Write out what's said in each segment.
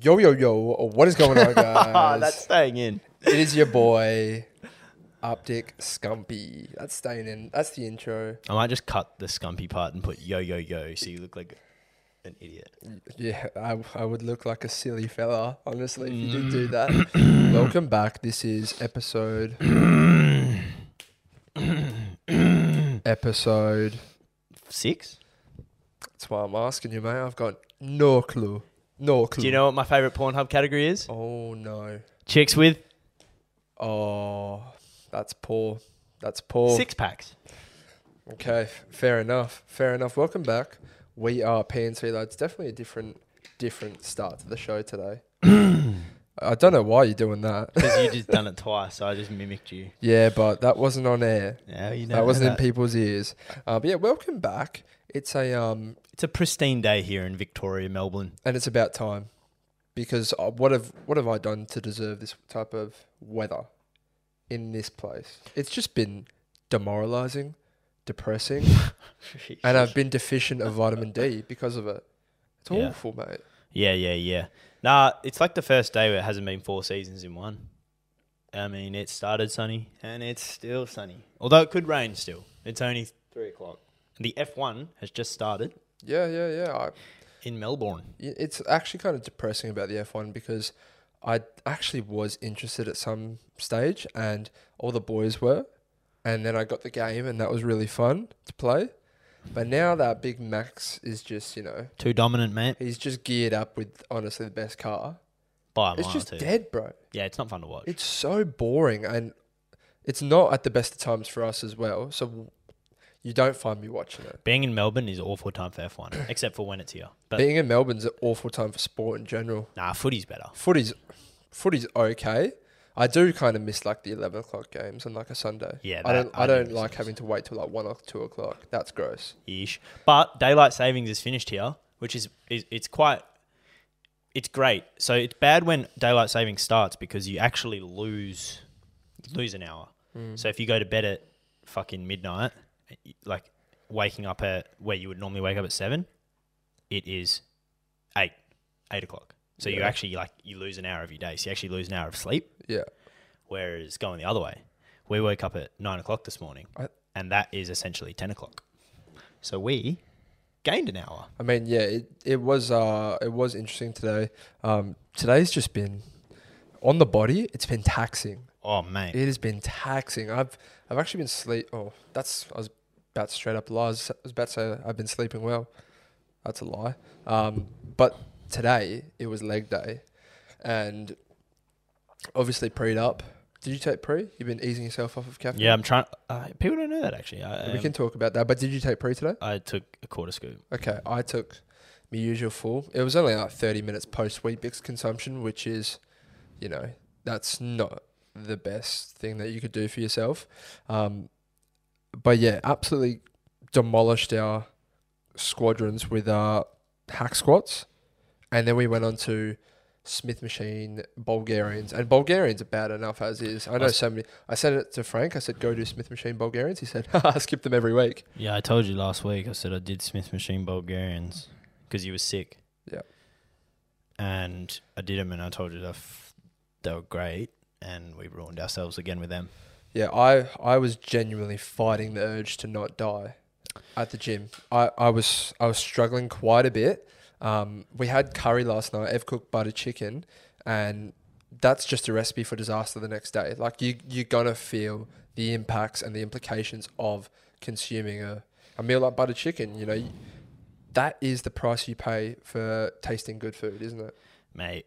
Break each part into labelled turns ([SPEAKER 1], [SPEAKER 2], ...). [SPEAKER 1] Yo, yo, yo, what is going on, guys?
[SPEAKER 2] Ah, That's staying in.
[SPEAKER 1] It is your boy, Optic Scumpy. That's staying in. That's the intro.
[SPEAKER 2] I might just cut the scumpy part and put yo yo yo, so you look like an idiot.
[SPEAKER 1] Yeah, I, I would look like a silly fella, honestly, if you did do
[SPEAKER 2] Mm.
[SPEAKER 1] that. Welcome back. This is episode. episode.
[SPEAKER 2] Six.
[SPEAKER 1] That's why I'm asking you, mate. I've got no clue. No clue.
[SPEAKER 2] Do you know what my favorite Pornhub category is?
[SPEAKER 1] Oh, no.
[SPEAKER 2] Chicks with
[SPEAKER 1] Oh, that's poor. That's poor.
[SPEAKER 2] six packs.
[SPEAKER 1] Okay, f- fair enough. Fair enough. Welcome back. We are PNC lads. Definitely a different, different start to the show today. I don't know why you're doing that.
[SPEAKER 2] Because you just done it twice, so I just mimicked you.
[SPEAKER 1] yeah, but that wasn't on air.
[SPEAKER 2] Yeah, you know
[SPEAKER 1] that wasn't
[SPEAKER 2] that.
[SPEAKER 1] in people's ears. Uh, but yeah, welcome back. It's a um,
[SPEAKER 2] It's a pristine day here in Victoria, Melbourne.
[SPEAKER 1] and it's about time because uh, what have what have I done to deserve this type of weather in this place? It's just been demoralizing, depressing. and I've been deficient of vitamin D because of it. It's
[SPEAKER 2] Yeah.
[SPEAKER 1] awful, mate.
[SPEAKER 2] yeah, yeah, yeah. Nah, it's like the first day where it hasn't been four seasons in one. I mean, it started sunny and it's still sunny. Although it could rain still. It's only three o'clock. The F1 has just started
[SPEAKER 1] Yeah, yeah, yeah. I,
[SPEAKER 2] in Melbourne.
[SPEAKER 1] it's actually kind of depressing about the F1 because I actually was interested at some stage and all the boys were. And then I got the game and that was really fun to play. But now that big Max is just, you know,
[SPEAKER 2] Too dominant, mate.
[SPEAKER 1] he's just geared up with honestly the best car.
[SPEAKER 2] By a
[SPEAKER 1] It's
[SPEAKER 2] mile
[SPEAKER 1] just
[SPEAKER 2] too.
[SPEAKER 1] dead, bro.
[SPEAKER 2] Yeah, it's not fun to watch.
[SPEAKER 1] It's so boring and it's not at the best of times for us as well. So you don't find me watching it.
[SPEAKER 2] Being in Melbourne is awful time for F1, except for when it's here. But
[SPEAKER 1] Being in Melbourne's an awful time for sport in general.
[SPEAKER 2] nah, footy's better.
[SPEAKER 1] Footy's footy's okay. I do kind of miss like the eleven o'clock games on like a Sunday.
[SPEAKER 2] Yeah,
[SPEAKER 1] I
[SPEAKER 2] that-
[SPEAKER 1] don't.
[SPEAKER 2] I
[SPEAKER 1] I,
[SPEAKER 2] do
[SPEAKER 1] don't
[SPEAKER 2] miss
[SPEAKER 1] like
[SPEAKER 2] those.
[SPEAKER 1] having to wait till like one or two o'clock. That's gross.
[SPEAKER 2] ish. But daylight savings is finished here, which is, is it's quite it's great. So it's bad when daylight savings starts because you actually lose lose an hour. So if you go to bed at fucking midnight, like waking up at where you would normally wake up at seven, it is eight eight o'clock. So you
[SPEAKER 1] Yeah.
[SPEAKER 2] actually like you lose an hour of your day. So you actually lose an hour of sleep.
[SPEAKER 1] Yeah,
[SPEAKER 2] Whereas going the other way, we woke up at nine o'clock this morning,
[SPEAKER 1] I-
[SPEAKER 2] and that is essentially ten o'clock. So we gained an hour.
[SPEAKER 1] I mean, yeah, it, it was uh it was interesting today. Um, today's just been on the body. It's been taxing.
[SPEAKER 2] Oh mate,
[SPEAKER 1] It has been taxing. I've I've actually been sleep. Oh, that's I was about to straight up lies. I was about to say I've been sleeping well. That's a lie. Um, but today it was leg day, and obviously pre'd up. Did you take pre? You've been easing yourself off of caffeine.
[SPEAKER 2] yeah, I'm trying. Uh, people don't know that actually. I,
[SPEAKER 1] we
[SPEAKER 2] um,
[SPEAKER 1] can talk about that. But did you take pre today?
[SPEAKER 2] I took a quarter scoop.
[SPEAKER 1] Okay, I took my usual full. It was only like 30 minutes post Weet-Bix consumption, which is, you know, that's not the best thing that you could do for yourself. Um, but yeah, absolutely demolished our squadrons with our hack squats. And then we went on to Smith Machine Bulgarians. And Bulgarians are bad enough as is. I know so many. I said it to Frank. I said, go do Smith Machine Bulgarians. He said, I skip them every week.
[SPEAKER 2] Yeah, I told you last week. I said I did Smith Machine Bulgarians because you were sick.
[SPEAKER 1] Yeah.
[SPEAKER 2] and I did them, and I told you that f- they were great, and we ruined ourselves again with them.
[SPEAKER 1] Yeah, I I was genuinely fighting the urge to not die at the gym. I, I was I was struggling quite a bit. Um, we had curry last night, Ev cooked butter chicken, and that's just a recipe for disaster the next day. Like you you're gonna feel the impacts and the implications of consuming a, a meal like butter chicken. You know, that is the price you pay for tasting good food, isn't it?
[SPEAKER 2] mate.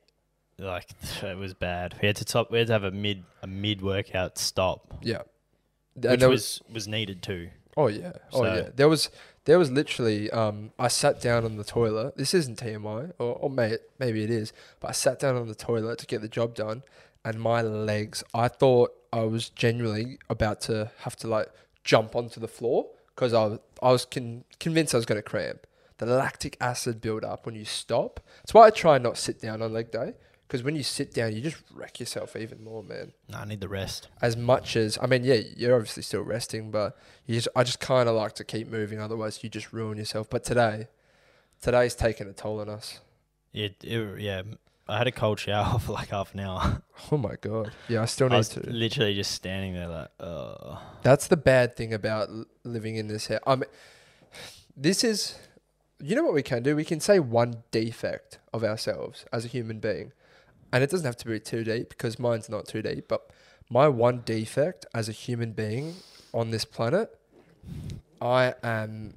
[SPEAKER 2] Like it was bad. We had to top. We had to have a mid a mid workout stop,
[SPEAKER 1] Yeah.
[SPEAKER 2] which
[SPEAKER 1] Uh, there
[SPEAKER 2] was was needed too.
[SPEAKER 1] Oh yeah. Oh
[SPEAKER 2] So-
[SPEAKER 1] yeah. There was there was literally um I sat down on the toilet. This isn't TMI or, or may maybe it is, but I sat down on the toilet to get the job done and my legs I thought I was genuinely about to have to like jump onto the floor because I was- I was con- convinced I was going to cramp. The lactic acid build up when you stop. That's why I try and not sit down on leg day because when you sit down you just wreck yourself even more, man
[SPEAKER 2] No, I need the rest.
[SPEAKER 1] as much as I mean, yeah, you're obviously still resting, but you just, I just kind of like to keep moving. Otherwise, you just ruin yourself. But today, today's taken a toll on us.
[SPEAKER 2] It, it yeah. I had a cold shower for like half an hour.
[SPEAKER 1] Oh my god. Yeah, I still
[SPEAKER 2] I
[SPEAKER 1] need
[SPEAKER 2] was
[SPEAKER 1] to.
[SPEAKER 2] literally just standing there like, oh.
[SPEAKER 1] That's the bad thing about l- living in this house. I mean, this is, you know what we can do? We can say one defect of ourselves as a human being. And it doesn't have to be too deep because mine's not too deep. But my one defect as a human being on this planet, I am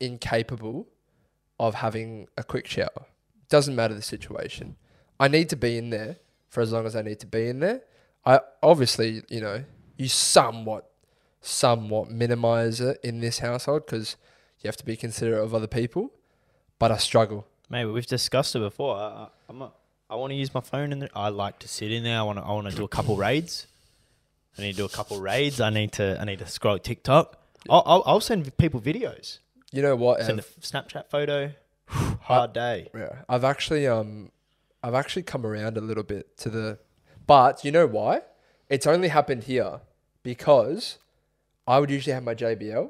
[SPEAKER 1] incapable of having a quick shower. Doesn't matter the situation. I need to be in there for as long as I need to be in there. I obviously, you know, you somewhat, somewhat minimize it in this household because you have to be considerate of other people. But I struggle.
[SPEAKER 2] Mate, we've discussed it before. I, I, I'm a, I want to use my phone in there. I like to sit in there. I want to. I want to do a couple raids. I need to do a couple raids. I need to. I need to scroll TikTok. I'll, I'll, I'll send people videos.
[SPEAKER 1] You know what?
[SPEAKER 2] Send a
[SPEAKER 1] Ev?
[SPEAKER 2] f- Snapchat photo. Hard day.
[SPEAKER 1] yeah, I've actually, um, I've actually come around a little bit to the, but you know why? It's only happened here because I would usually have my JBL.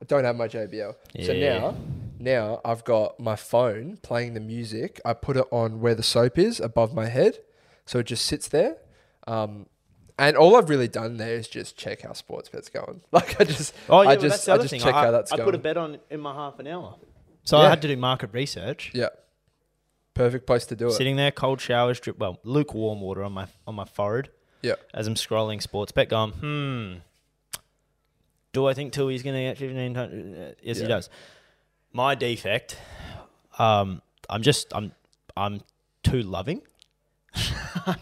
[SPEAKER 1] I don't have my JBL. So
[SPEAKER 2] Yeah.
[SPEAKER 1] now, now I've got my phone playing the music. I put it on where the soap is above my head, so it just sits there. Um, and all I've really done there is just check how sports bet's going. Like I just,
[SPEAKER 2] Oh yeah,
[SPEAKER 1] I
[SPEAKER 2] well,
[SPEAKER 1] just,
[SPEAKER 2] that's the
[SPEAKER 1] I
[SPEAKER 2] other
[SPEAKER 1] just
[SPEAKER 2] thing.
[SPEAKER 1] check
[SPEAKER 2] I,
[SPEAKER 1] how that's
[SPEAKER 2] I
[SPEAKER 1] going.
[SPEAKER 2] put a bet on in my half an hour. So
[SPEAKER 1] Yeah.
[SPEAKER 2] I had to do market research.
[SPEAKER 1] yeah, perfect place to do it.
[SPEAKER 2] Sitting there, cold showers, drip well, lukewarm water on my on my forehead.
[SPEAKER 1] Yeah.
[SPEAKER 2] As I'm scrolling sports bet, going, hmm. Do I think Tui's going to get fifteen hundred? Yes,
[SPEAKER 1] Yeah.
[SPEAKER 2] he does. My defect, um, I'm just I'm I'm too loving.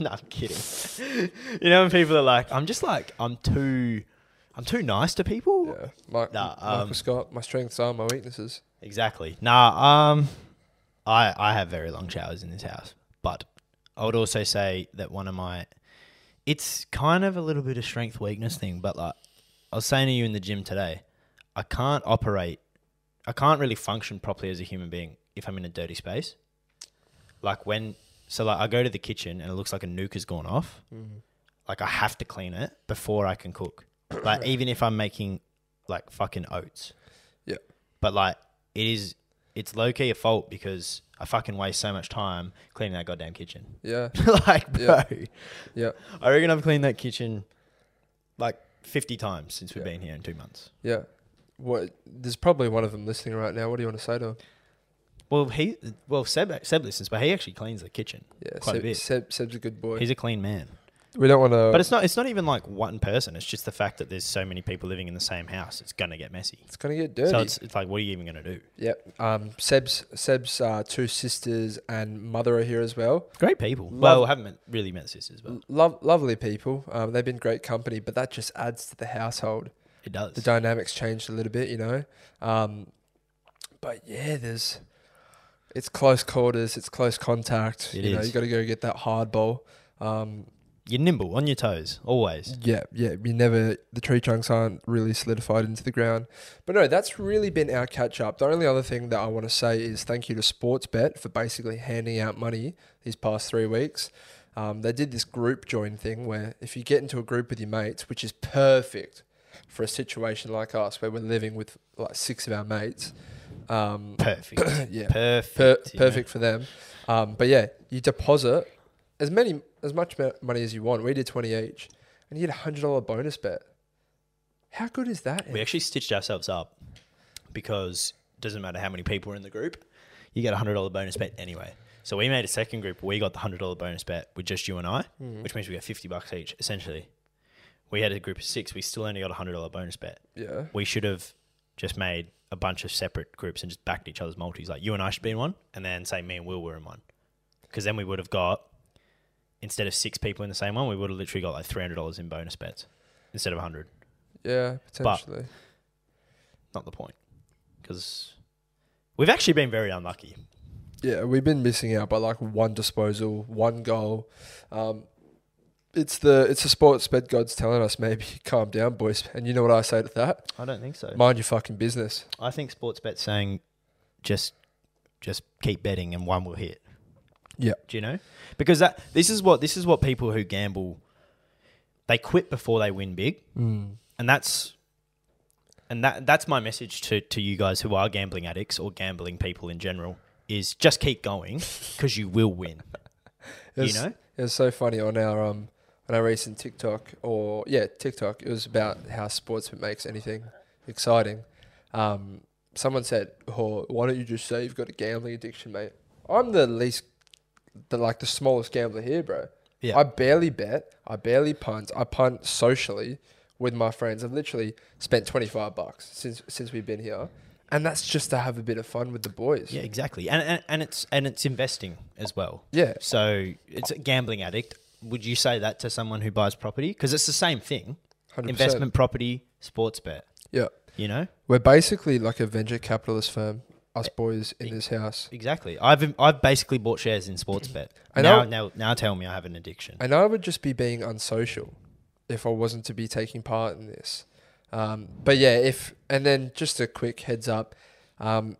[SPEAKER 2] no, I'm kidding. you know when people are like, I'm just like I'm too, I'm too nice to people.
[SPEAKER 1] Yeah, Mike,
[SPEAKER 2] Nah,
[SPEAKER 1] Michael
[SPEAKER 2] um,
[SPEAKER 1] Scott. My strengths are my weaknesses.
[SPEAKER 2] Exactly. Nah, um I I have very long showers in this house, but I would also say that one of my it's kind of a little bit of strength weakness thing, but like I was saying to you in the gym today, I can't operate I can't really function properly as a human being if I'm in a dirty space. Like when so like I go to the kitchen and it looks like a nuke has gone off. Like I have to clean it before I can cook. Like even if I'm making like fucking oats
[SPEAKER 1] Yeah,
[SPEAKER 2] but like it is it's low key a fault because I fucking waste so much time cleaning that goddamn kitchen.
[SPEAKER 1] yeah,
[SPEAKER 2] like bro,
[SPEAKER 1] Yeah. yeah,
[SPEAKER 2] I reckon I've cleaned that kitchen like 50 times since we've
[SPEAKER 1] Yeah.
[SPEAKER 2] been here in 2 months.
[SPEAKER 1] yeah. What? There's probably one of them listening right now. What do you want to say to him?
[SPEAKER 2] Well, he well Seb Seb listens, but he actually cleans the kitchen
[SPEAKER 1] Yeah,
[SPEAKER 2] quite
[SPEAKER 1] Seb,
[SPEAKER 2] a bit.
[SPEAKER 1] Seb, Seb's a good boy.
[SPEAKER 2] He's a clean man.
[SPEAKER 1] we don't want to.
[SPEAKER 2] But it's not it's not even like one person, it's just the fact that there's so many people living in the same house. It's going to get messy.
[SPEAKER 1] it's gonna get dirty.
[SPEAKER 2] So it's, it's like what are you even going to do?
[SPEAKER 1] yep. Um, Seb's Seb's uh, two sisters and mother are here as well.
[SPEAKER 2] Great people.
[SPEAKER 1] Love-
[SPEAKER 2] well, I haven't met, really met sisters, but
[SPEAKER 1] L- Lov lovely people. Um, they've been great company, but that just adds to the household.
[SPEAKER 2] it does.
[SPEAKER 1] the dynamics changed a little bit, you know. Um, but yeah, there's it's close quarters, it's close contact.
[SPEAKER 2] It
[SPEAKER 1] you know,
[SPEAKER 2] is.
[SPEAKER 1] you got to go get that hard ball. Um,
[SPEAKER 2] You're nimble on your toes always.
[SPEAKER 1] yeah, yeah, we never the tree trunks aren't really solidified into the ground. But no, that's really been our catch up. The only other thing that I want to say is thank you to Sportsbet for basically handing out money these past three weeks. Um, they did this group join thing where if you get into a group with your mates, which is perfect for a situation like us where we're living with like six of our mates, um,
[SPEAKER 2] Perfect.
[SPEAKER 1] yeah,
[SPEAKER 2] perfect.
[SPEAKER 1] per-
[SPEAKER 2] you know.
[SPEAKER 1] perfect for them. Um, but yeah, you deposit as many as much mo- money as you want. We did twenty each, and you get a hundred dollar bonus bet. How good is that?
[SPEAKER 2] We actually stitched ourselves up because it doesn't matter how many people are in the group, you get a hundred dollar bonus bet anyway. So we made a second group. We got the hundred dollar bonus bet with just you and I,
[SPEAKER 1] Mm-hmm. Hmm.
[SPEAKER 2] which means we got fifty bucks each essentially. We had a group of six. We still only got a hundred dollar bonus bet.
[SPEAKER 1] yeah,
[SPEAKER 2] We should have just made a bunch of separate groups and just backed each other's multis. Like you and I should be in one, and then say me and Will were in one, because then we would have got instead of six people in the same one, we would have literally got like three hundred dollars in bonus bets instead of a hundred.
[SPEAKER 1] yeah, potentially.
[SPEAKER 2] not the point because we've actually been very unlucky.
[SPEAKER 1] Yeah, we've been missing out by like one disposal, one goal. Um, it's the it's the sports bed gods telling us maybe calm down, boys. And you know what I say to that?
[SPEAKER 2] I don't think so.
[SPEAKER 1] Mind your fucking business.
[SPEAKER 2] I think sports bet saying just just keep betting and one will hit.
[SPEAKER 1] Yeah.
[SPEAKER 2] Do you know? Because that this is what this is what people who gamble they quit before they win big. And that's and that that's my message to to you guys who are gambling addicts or gambling people in general is just keep going because you will win.
[SPEAKER 1] It was,
[SPEAKER 2] you know?
[SPEAKER 1] it was so funny on our um on our recent TikTok or yeah TikTok. It was about how sports makes anything exciting. Um, someone said, "Oh, why don't you just say you've got a gambling addiction, mate?" I'm the least, the like the smallest gambler here, bro.
[SPEAKER 2] Yeah.
[SPEAKER 1] I barely bet. I barely punt. I punt socially with my friends. I've literally spent twenty five bucks since since we've been here, and that's just to have a bit of fun with the boys.
[SPEAKER 2] Yeah, exactly. And, and and it's and it's investing as well.
[SPEAKER 1] Yeah.
[SPEAKER 2] So it's a gambling addict. Would you say that to someone who buys property? Because it's the same thing.
[SPEAKER 1] 100%.
[SPEAKER 2] Investment property, sports bet.
[SPEAKER 1] Yeah.
[SPEAKER 2] You know?
[SPEAKER 1] We're basically like a venture capitalist firm, us boys in this house.
[SPEAKER 2] Exactly. I've I've basically bought shares in sports bet.
[SPEAKER 1] I
[SPEAKER 2] now,
[SPEAKER 1] know-
[SPEAKER 2] now now tell me I have an addiction.
[SPEAKER 1] And I would just be being unsocial if I wasn't to be taking part in this. Um, but yeah, if and then just a quick heads up, um,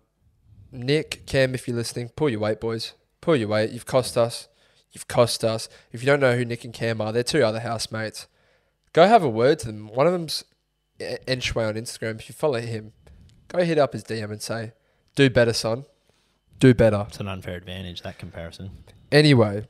[SPEAKER 1] Nick, Cam, if you're listening, pull your weight, boys. Pull your weight. You've cost us. You've cost us. If you don't know who Nick and Cam are, they're two other housemates. Go have a word to them. One of them's E- Enchway on Instagram. If you follow him, go hit up his DM and say, "Do better, son. Do better."
[SPEAKER 2] It's an unfair advantage, that comparison.
[SPEAKER 1] Anyway,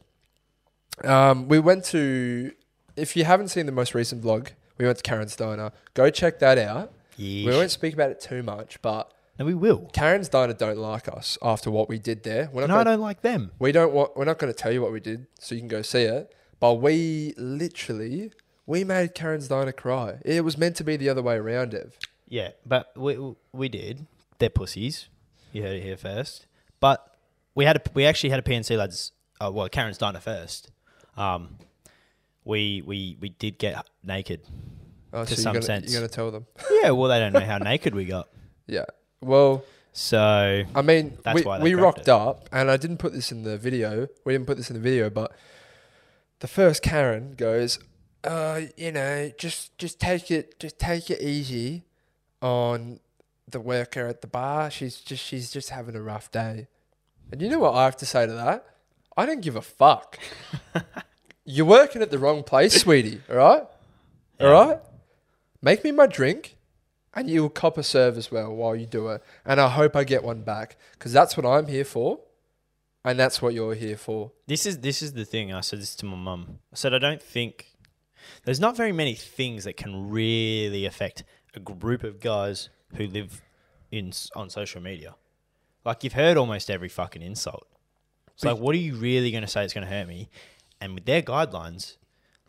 [SPEAKER 1] um, we went to. If you haven't seen the most recent vlog, we went to Karen's Diner. Go check that out.
[SPEAKER 2] Yeah.
[SPEAKER 1] We won't speak about it too much, but
[SPEAKER 2] no, we will.
[SPEAKER 1] Karen's Diner don't like us after what we did there. We're not
[SPEAKER 2] No, I
[SPEAKER 1] gonna,
[SPEAKER 2] don't like them.
[SPEAKER 1] we don't want. We're not going to tell you what we did, so you can go see it. But we literally we made Karen's Diner cry. It was meant to be the other way around, Ev.
[SPEAKER 2] Yeah, but we we did. They're pussies. You heard it here first. But we had a, we actually had a PNC lads. Uh, well, Karen's diner first. Um, we we we did get naked.
[SPEAKER 1] Oh,
[SPEAKER 2] To
[SPEAKER 1] so you're
[SPEAKER 2] some
[SPEAKER 1] gonna,
[SPEAKER 2] sense.
[SPEAKER 1] you're going to tell them.
[SPEAKER 2] Yeah, well, they don't know how naked we got.
[SPEAKER 1] Yeah. Well,
[SPEAKER 2] So
[SPEAKER 1] I mean,
[SPEAKER 2] That's
[SPEAKER 1] we,
[SPEAKER 2] why they
[SPEAKER 1] we
[SPEAKER 2] grabbed
[SPEAKER 1] rocked
[SPEAKER 2] it.
[SPEAKER 1] up, and I didn't put this in the video. We didn't put this in the video, but the first Karen goes, uh, you know, just just take it, just take it easy on the worker at the bar. She's just she's just having a rough day. And you know what I have to say to that? I don't give a fuck. You're working at the wrong place, sweetie. All right, all right. Make me my drink and you'll cop a serve as well while you do it. And I hope I get one back because that's what I'm here for, and that's what you're here for.
[SPEAKER 2] this is this is the thing. I said this to my mum. I said I don't think there's not very many things that can really affect a group of guys who live in s- on social media. Like you've heard almost every fucking insult. It's like, what are you really going to say? It's going to hurt me. And with their guidelines,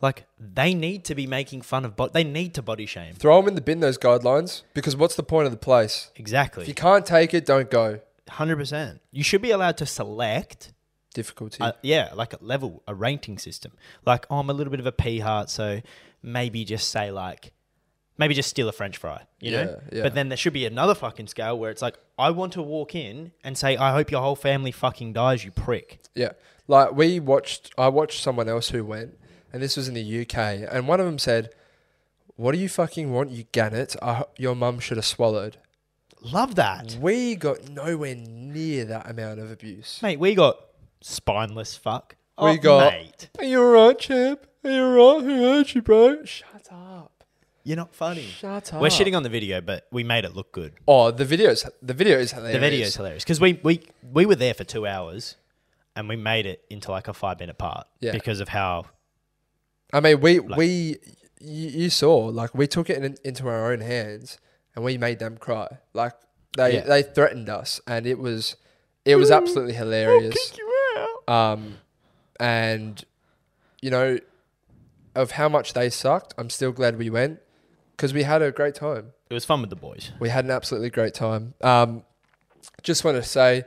[SPEAKER 2] like they need to be making fun of, but they need to body shame.
[SPEAKER 1] Throw them in the bin those guidelines because what's the point of the place? If you
[SPEAKER 2] Exactly,
[SPEAKER 1] can't take it, don't go.
[SPEAKER 2] hundred percent. You should be allowed to select
[SPEAKER 1] Difficulty.
[SPEAKER 2] uh, yeah, like a level, a ranking system. Like, oh, I'm a little bit of a pea heart, so maybe just say like, maybe just steal a French fry, you know.
[SPEAKER 1] Yeah, yeah.
[SPEAKER 2] But then there should be another fucking scale where it's like, I want to walk in and say, I hope your whole family fucking dies, you prick.
[SPEAKER 1] Yeah. Like we watched I watched someone else who went and this was in the UK and one of them said, "What do you fucking want, you gannet? I, ho- your mum should have swallowed."
[SPEAKER 2] Love that,
[SPEAKER 1] We got nowhere near that amount of abuse.
[SPEAKER 2] mate. We got spineless fuck.
[SPEAKER 1] We
[SPEAKER 2] Oh,
[SPEAKER 1] got-
[SPEAKER 2] mate.
[SPEAKER 1] Are you alright, champ? Are you alright? Who hurt you, bro? Shut up.
[SPEAKER 2] You're not funny.
[SPEAKER 1] Shut up.
[SPEAKER 2] We're shitting on the video, but we made it look good.
[SPEAKER 1] Oh, the videos. The video is
[SPEAKER 2] The
[SPEAKER 1] hilarious.
[SPEAKER 2] video is hilarious because we, we we were there for two hours, and we made it into like a five minute part
[SPEAKER 1] Yeah.
[SPEAKER 2] because of how
[SPEAKER 1] I mean, we we you, you saw like we took it in, into our own hands and we made them cry. Like they
[SPEAKER 2] Yeah.
[SPEAKER 1] they threatened us, and it was it was absolutely hilarious. Um, and you know, of how much they sucked. I'm still glad we went because we had a great time.
[SPEAKER 2] It was fun with the boys.
[SPEAKER 1] We had an absolutely great time. Um, just want to say,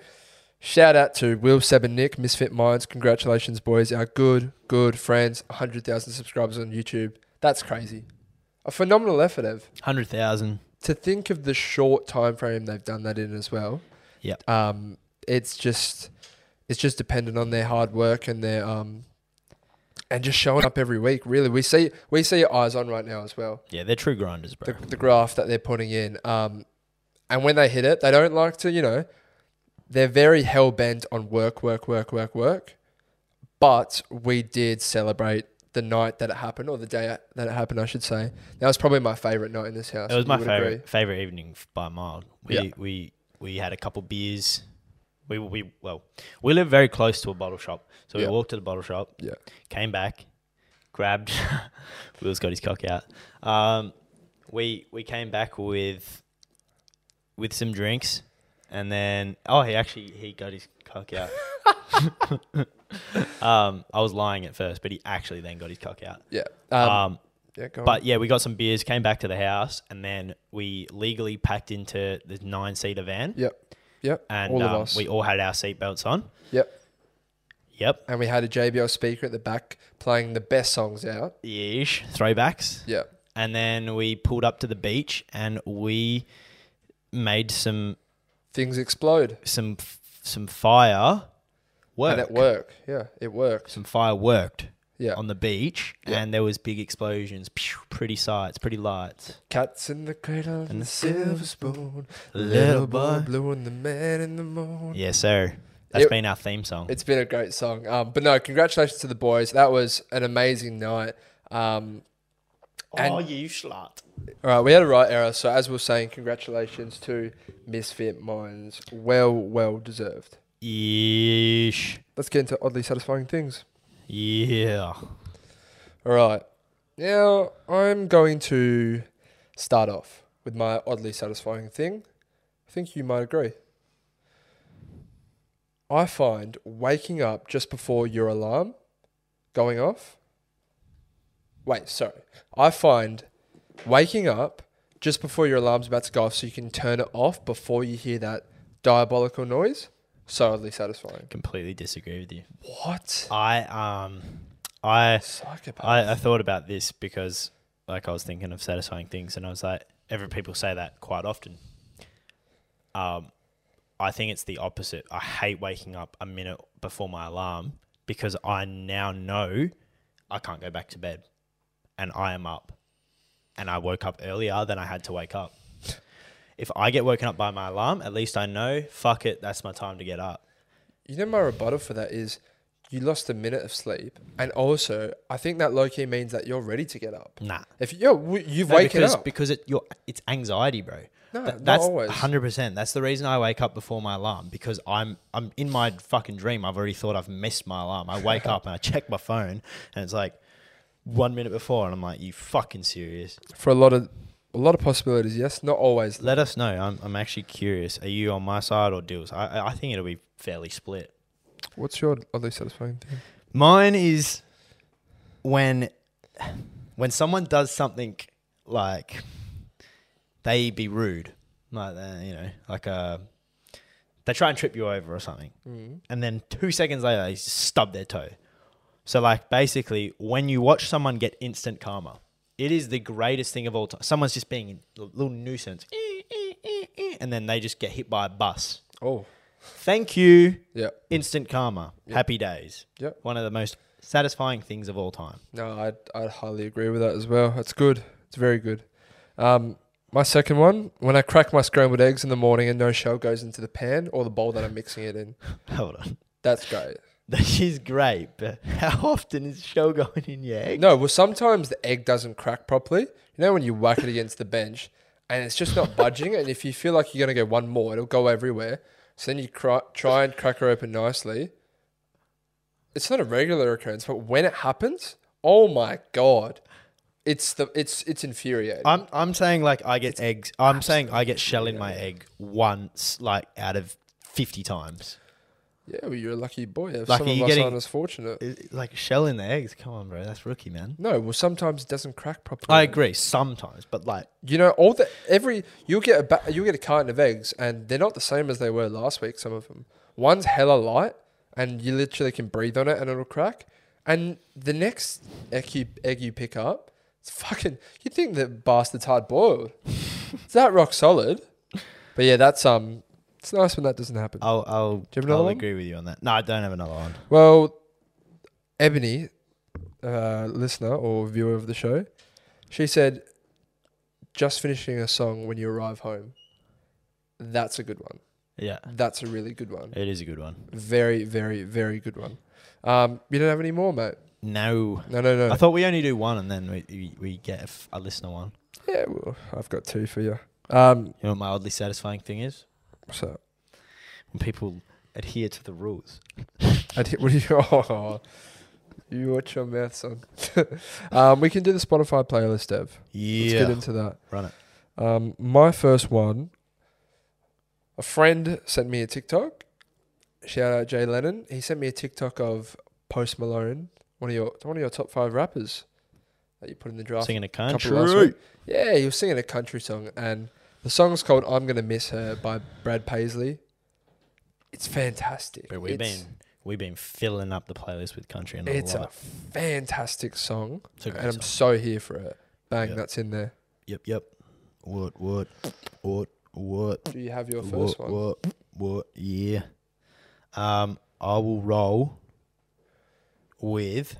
[SPEAKER 1] shout out to Will Seb and Nick, Misfit Minds. Congratulations, boys. Our good, good friends. 100,000 subscribers on YouTube. That's crazy. A phenomenal effort, Ev.
[SPEAKER 2] Hundred thousand.
[SPEAKER 1] To think of the short time frame they've done that in as well.
[SPEAKER 2] Yep.
[SPEAKER 1] Um, it's just, it's just dependent on their hard work and their um, and just showing up every week. Really, we see we see your eyes on right now as well
[SPEAKER 2] Yeah, they're true grinders, bro.
[SPEAKER 1] the, the graph that they're putting in. Um, and when they hit it, they don't like to, you know, they're very hell bent on work, work, work, work, work. But we did celebrate the night that it happened, or the day that it happened, I should say. That was probably my favorite night in this house.
[SPEAKER 2] it was
[SPEAKER 1] you
[SPEAKER 2] my
[SPEAKER 1] would
[SPEAKER 2] favorite
[SPEAKER 1] agree.
[SPEAKER 2] favorite evening f- by a mile. We
[SPEAKER 1] Yeah.
[SPEAKER 2] we we had a couple beers. We we well, we live very close to a bottle shop, so
[SPEAKER 1] Yeah.
[SPEAKER 2] we walked to the bottle shop.
[SPEAKER 1] Yeah.
[SPEAKER 2] Came back, grabbed. Will's got his cock out. Um, we we came back with with some drinks, and then oh, he actually he got his cock out. um, I was lying at first, but he actually then got his cock out.
[SPEAKER 1] Yeah. Um,
[SPEAKER 2] um
[SPEAKER 1] yeah. Go
[SPEAKER 2] but yeah, we got some beers, came back to the house, and then we legally packed into the nine seater van.
[SPEAKER 1] on. Yep. Yep.
[SPEAKER 2] And
[SPEAKER 1] all of
[SPEAKER 2] um,
[SPEAKER 1] us.
[SPEAKER 2] we all had our seatbelts on.
[SPEAKER 1] yep.
[SPEAKER 2] Yep.
[SPEAKER 1] And we had a JBL speaker at the back playing the best songs out.
[SPEAKER 2] Yeesh. Throwbacks.
[SPEAKER 1] Yep.
[SPEAKER 2] And then we pulled up to the beach and we made some
[SPEAKER 1] Things explode.
[SPEAKER 2] some some fire work.
[SPEAKER 1] And it worked. Yeah. It worked.
[SPEAKER 2] Some fire worked
[SPEAKER 1] Yeah.
[SPEAKER 2] on the beach and there was big explosions. Pew, pretty sights, pretty lights.
[SPEAKER 1] Cats in the cradle and the silver spoon.
[SPEAKER 2] Little
[SPEAKER 1] Little boy
[SPEAKER 2] boy.
[SPEAKER 1] blue and the man in the moon.
[SPEAKER 2] Yeah, so that's
[SPEAKER 1] It-
[SPEAKER 2] been our theme song.
[SPEAKER 1] It's been a great song. Um, but no, congratulations to the boys. That was an amazing night. Um, and-
[SPEAKER 2] Oh, you slut.
[SPEAKER 1] all right, we had a right error. So as we were saying, congratulations to Misfit Minds. Well, well deserved.
[SPEAKER 2] Yeesh.
[SPEAKER 1] Let's get into oddly satisfying things.
[SPEAKER 2] Yeah.
[SPEAKER 1] All right. Now I'm going to start off with my oddly satisfying thing. I think you might agree. I find waking up just before your alarm going off. Wait, sorry. I find waking up just before your alarm's about to go off so you can turn it off before you hear that diabolical noise. So oddly satisfying.
[SPEAKER 2] Completely disagree with you.
[SPEAKER 1] What?
[SPEAKER 2] I um I
[SPEAKER 1] Psychopath.
[SPEAKER 2] I, I thought about this because like I was thinking of satisfying things and I was like every people say that quite often. Um I think it's the opposite. I hate waking up a minute before my alarm because I now know I can't go back to bed and I am up. And I woke up earlier than I had to wake up. If I get woken up by my alarm, at least I know, fuck it, that's my time to get up.
[SPEAKER 1] You know, my rebuttal for that is you lost a minute of sleep. And also, I think that low key means that you're ready to get up.
[SPEAKER 2] Nah.
[SPEAKER 1] If you're, w- you've
[SPEAKER 2] No,
[SPEAKER 1] waken
[SPEAKER 2] because,
[SPEAKER 1] up.
[SPEAKER 2] because it your it's anxiety, bro.
[SPEAKER 1] No,
[SPEAKER 2] Th-
[SPEAKER 1] not
[SPEAKER 2] that's
[SPEAKER 1] always.
[SPEAKER 2] hundred percent. That's the reason I wake up before my alarm because I'm I'm in my fucking dream. I've already thought I've missed my alarm. I wake up and I check my phone and it's like one minute before, and I'm like, you fucking serious?
[SPEAKER 1] for a lot of a lot of possibilities, yes. Not always.
[SPEAKER 2] Let us know. I'm I'm actually curious. Are you on my side or Dills? I I- I think it'll be fairly split.
[SPEAKER 1] What's your oddly satisfying thing?
[SPEAKER 2] Mine is when when someone does something like they be rude, like uh, you know, like uh, they try and trip you over or something, and then two seconds later they stub their toe. So like basically, when you watch someone get instant karma, it is the greatest thing of all time. Someone's just being a little nuisance, and then they just get hit by a bus.
[SPEAKER 1] Oh,
[SPEAKER 2] Thank you.
[SPEAKER 1] yeah.
[SPEAKER 2] Instant karma. Happy days.
[SPEAKER 1] Yep.
[SPEAKER 2] One of the most satisfying things of all time.
[SPEAKER 1] No, I'd, I'd highly agree with that as well. That's good. It's very good. Um, my second one, when I crack my scrambled eggs in the morning and no shell goes into the pan or the bowl that I'm mixing it in,
[SPEAKER 2] Hold on.
[SPEAKER 1] that's great.
[SPEAKER 2] That is great, but how often is shell going in your egg?
[SPEAKER 1] No, well, sometimes the egg doesn't crack properly. You know, when you whack it against the bench and it's just not budging. And if you feel like you're going to go one more, it'll go everywhere. So then you cry, try and crack her open nicely. It's not a regular occurrence, but when it happens, oh my god, it's the it's it's infuriating.
[SPEAKER 2] I'm I'm saying like I get eggs. I'm saying I get shell in my egg once, like out of fifty times.
[SPEAKER 1] yeah, well, you're a lucky boy. If
[SPEAKER 2] Lucky
[SPEAKER 1] some of
[SPEAKER 2] you're
[SPEAKER 1] us
[SPEAKER 2] getting-
[SPEAKER 1] aren't as fortunate.
[SPEAKER 2] It- Like shell in the eggs. Come on, bro. That's rookie, man.
[SPEAKER 1] No, well, sometimes it doesn't crack properly.
[SPEAKER 2] I agree sometimes, but like
[SPEAKER 1] You know, all the every you'll get a ba- you'll get a carton of eggs, and they're not the same as they were last week. Some of them, one's hella light, and you literally can breathe on it, and it'll crack. And the next egg you, egg you pick up, it's fucking. You think the bastard's hard boiled? it's that rock solid. But yeah, that's um, it's nice when that doesn't happen.
[SPEAKER 2] I'll I'll,
[SPEAKER 1] you have another
[SPEAKER 2] I'll
[SPEAKER 1] one?
[SPEAKER 2] agree with you on that. No, I don't have another one.
[SPEAKER 1] Well, Ebony, uh, listener or viewer of the show, she said, "Just finishing a song when you arrive home." That's a good one.
[SPEAKER 2] Yeah,
[SPEAKER 1] That's a really good one.
[SPEAKER 2] it is a good one.
[SPEAKER 1] Very, very, very good one. Um, you don't have any more, mate.
[SPEAKER 2] No.
[SPEAKER 1] No, no, no.
[SPEAKER 2] I thought we only do one, and then we we, we get a, f- a listener one.
[SPEAKER 1] yeah, well, I've got two for you. Um,
[SPEAKER 2] You know what my oddly satisfying thing is?
[SPEAKER 1] so
[SPEAKER 2] When people adhere to the rules.
[SPEAKER 1] I did, what do you, oh, you watch your mouth, son. um, we can do the Spotify playlist, Dev. Let's get
[SPEAKER 2] Yeah.
[SPEAKER 1] into that.
[SPEAKER 2] Run it.
[SPEAKER 1] Um, my first one, a friend sent me a TikTok. Shout out Jay Lennon. He sent me a TikTok of Post Malone, one of your one of your top five rappers that you put in the draft.
[SPEAKER 2] Singing a
[SPEAKER 1] couple last week.
[SPEAKER 2] country.
[SPEAKER 1] Yeah, he was singing a country song, and the song's called "I'm Gonna Miss Her" by Brad Paisley. It's fantastic.
[SPEAKER 2] But we've
[SPEAKER 1] it's,
[SPEAKER 2] been we've been filling up the playlist with country and I
[SPEAKER 1] It's
[SPEAKER 2] love
[SPEAKER 1] a fantastic song,
[SPEAKER 2] it. It's a great
[SPEAKER 1] and I'm
[SPEAKER 2] song.
[SPEAKER 1] so here for it. Bang,
[SPEAKER 2] Yeah.
[SPEAKER 1] that's in there.
[SPEAKER 2] Yep, yep. What, what, what, what,
[SPEAKER 1] Do you have your first
[SPEAKER 2] what,
[SPEAKER 1] one?
[SPEAKER 2] what, what, yeah. Um, I will roll with.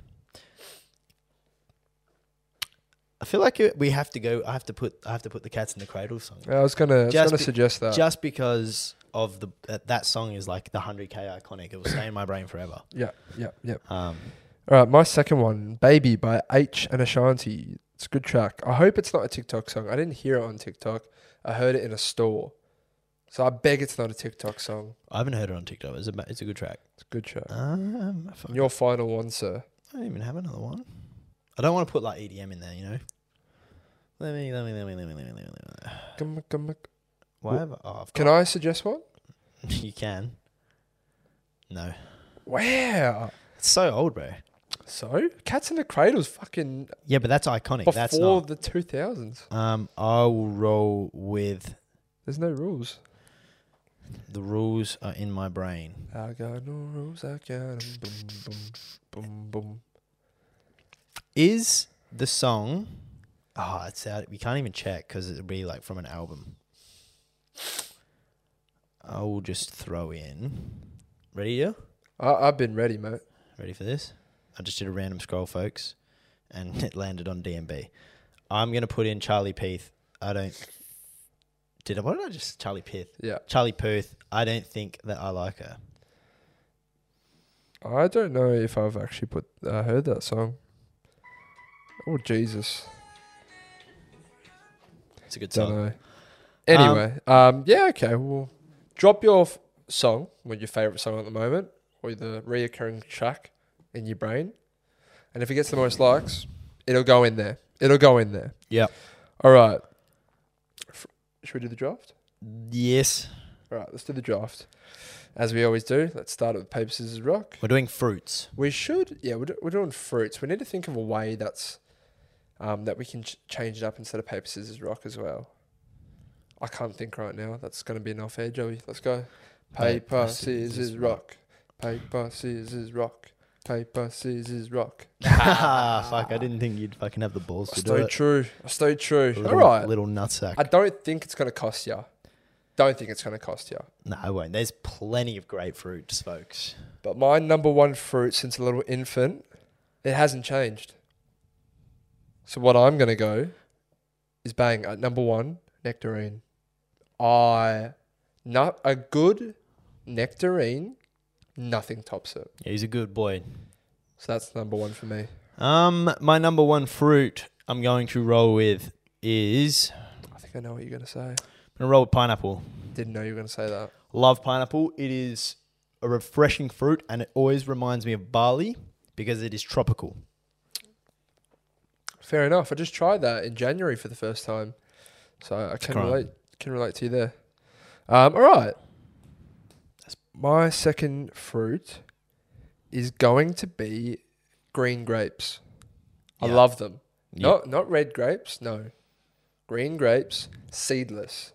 [SPEAKER 2] I feel like it, we have to go. I have to put. I have to put the cats in the cradle song
[SPEAKER 1] I was gonna, I was
[SPEAKER 2] Just
[SPEAKER 1] gonna
[SPEAKER 2] be-
[SPEAKER 1] suggest that.
[SPEAKER 2] just because of the that, that song is like the hundred k iconic. It will stay in my brain forever.
[SPEAKER 1] yeah, yeah, yeah.
[SPEAKER 2] Um,
[SPEAKER 1] All right, my second one, "Baby" by H and Ashanti. It's a good track. I hope it's not a TikTok song. I didn't hear it on TikTok. I heard it in a store, so I beg it's not a TikTok song.
[SPEAKER 2] I haven't heard it on TikTok. It's a ba- it's a good track.
[SPEAKER 1] It's a good track.
[SPEAKER 2] Um, fuck,
[SPEAKER 1] Your final one, sir.
[SPEAKER 2] I don't even have another one. I don't want to put like EDM in there. You know. Let me let me let me let me let me let me. Let me.
[SPEAKER 1] Come, come,
[SPEAKER 2] Why have I, oh, I've
[SPEAKER 1] Can
[SPEAKER 2] got-
[SPEAKER 1] I suggest one?
[SPEAKER 2] you can. No,
[SPEAKER 1] Wow.
[SPEAKER 2] it's so old, bro.
[SPEAKER 1] So, Cats in the Cradle's fucking
[SPEAKER 2] Yeah, but that's iconic. that's
[SPEAKER 1] before
[SPEAKER 2] not.
[SPEAKER 1] the 2000s.
[SPEAKER 2] Um, I will roll with
[SPEAKER 1] There's no rules.
[SPEAKER 2] the rules are in my brain.
[SPEAKER 1] I got no rules. I got 'em. Boom, boom, boom, boom.
[SPEAKER 2] Is the song? Oh, it's out. We can't even check because it'll be like from an album. I will just throw in. Ready? Yeah.
[SPEAKER 1] I, I've been ready, mate.
[SPEAKER 2] Ready for this? I just did a random scroll, folks, and it landed on DMB. I'm gonna put in Charlie Peath. I don't. Did I? What did I just? Charlie Pith.
[SPEAKER 1] Yeah.
[SPEAKER 2] Charlie Puth. I don't think that I like her.
[SPEAKER 1] I don't know if I've actually put uh, heard that song. Oh, Jesus.
[SPEAKER 2] It's a good
[SPEAKER 1] Don't
[SPEAKER 2] song.
[SPEAKER 1] know. Anyway, um, yeah, okay. Well, drop your f- song, what your favorite song at the moment, or the reoccurring track in your brain, and if it gets the most likes, it'll go in there. It'll go in there.
[SPEAKER 2] Yeah.
[SPEAKER 1] All right. F- should we do the draft?
[SPEAKER 2] Yes.
[SPEAKER 1] All right, let's do the draft. As we always do, let's start with paper, scissors, rock.
[SPEAKER 2] We're doing fruits.
[SPEAKER 1] We should, yeah, we're, do- we're doing fruits. We need to think of a way that's um, that we can ch- change it up instead of paper, scissors, rock as well. I can't think right now. That's going to be an off air, Joey. Let's go. Paper, scissors, rock. Paper, scissors, rock. Paper, scissors, rock.
[SPEAKER 2] Ah, fuck! I didn't think you'd fucking have the balls
[SPEAKER 1] I
[SPEAKER 2] to do
[SPEAKER 1] stay
[SPEAKER 2] it.
[SPEAKER 1] true. I stay true.
[SPEAKER 2] Little,
[SPEAKER 1] All right.
[SPEAKER 2] Little nutsack.
[SPEAKER 1] I don't think it's going to cost you. Don't think it's going to cost you.
[SPEAKER 2] no, I won't. There's plenty of grapefruits, folks.
[SPEAKER 1] But my number one fruit since a little infant, it hasn't changed. So what I'm gonna go is bang at number one nectarine. I not a good nectarine, nothing tops it.
[SPEAKER 2] Yeah, he's a good boy.
[SPEAKER 1] So that's number one for me.
[SPEAKER 2] Um, my number one fruit I'm going to roll with is
[SPEAKER 1] I think I know what you're gonna say.
[SPEAKER 2] I'm gonna roll with pineapple.
[SPEAKER 1] Didn't know you were gonna say that.
[SPEAKER 2] Love pineapple. It is a refreshing fruit, and it always reminds me of barley because it is tropical.
[SPEAKER 1] Fair enough. I just tried that in January for the first time, so I can
[SPEAKER 2] crime.
[SPEAKER 1] relate. Can relate to you there. Um, all right. My second fruit is going to be green grapes. I
[SPEAKER 2] Yeah.
[SPEAKER 1] love them.
[SPEAKER 2] Yeah.
[SPEAKER 1] Not not red grapes. No, green grapes, seedless.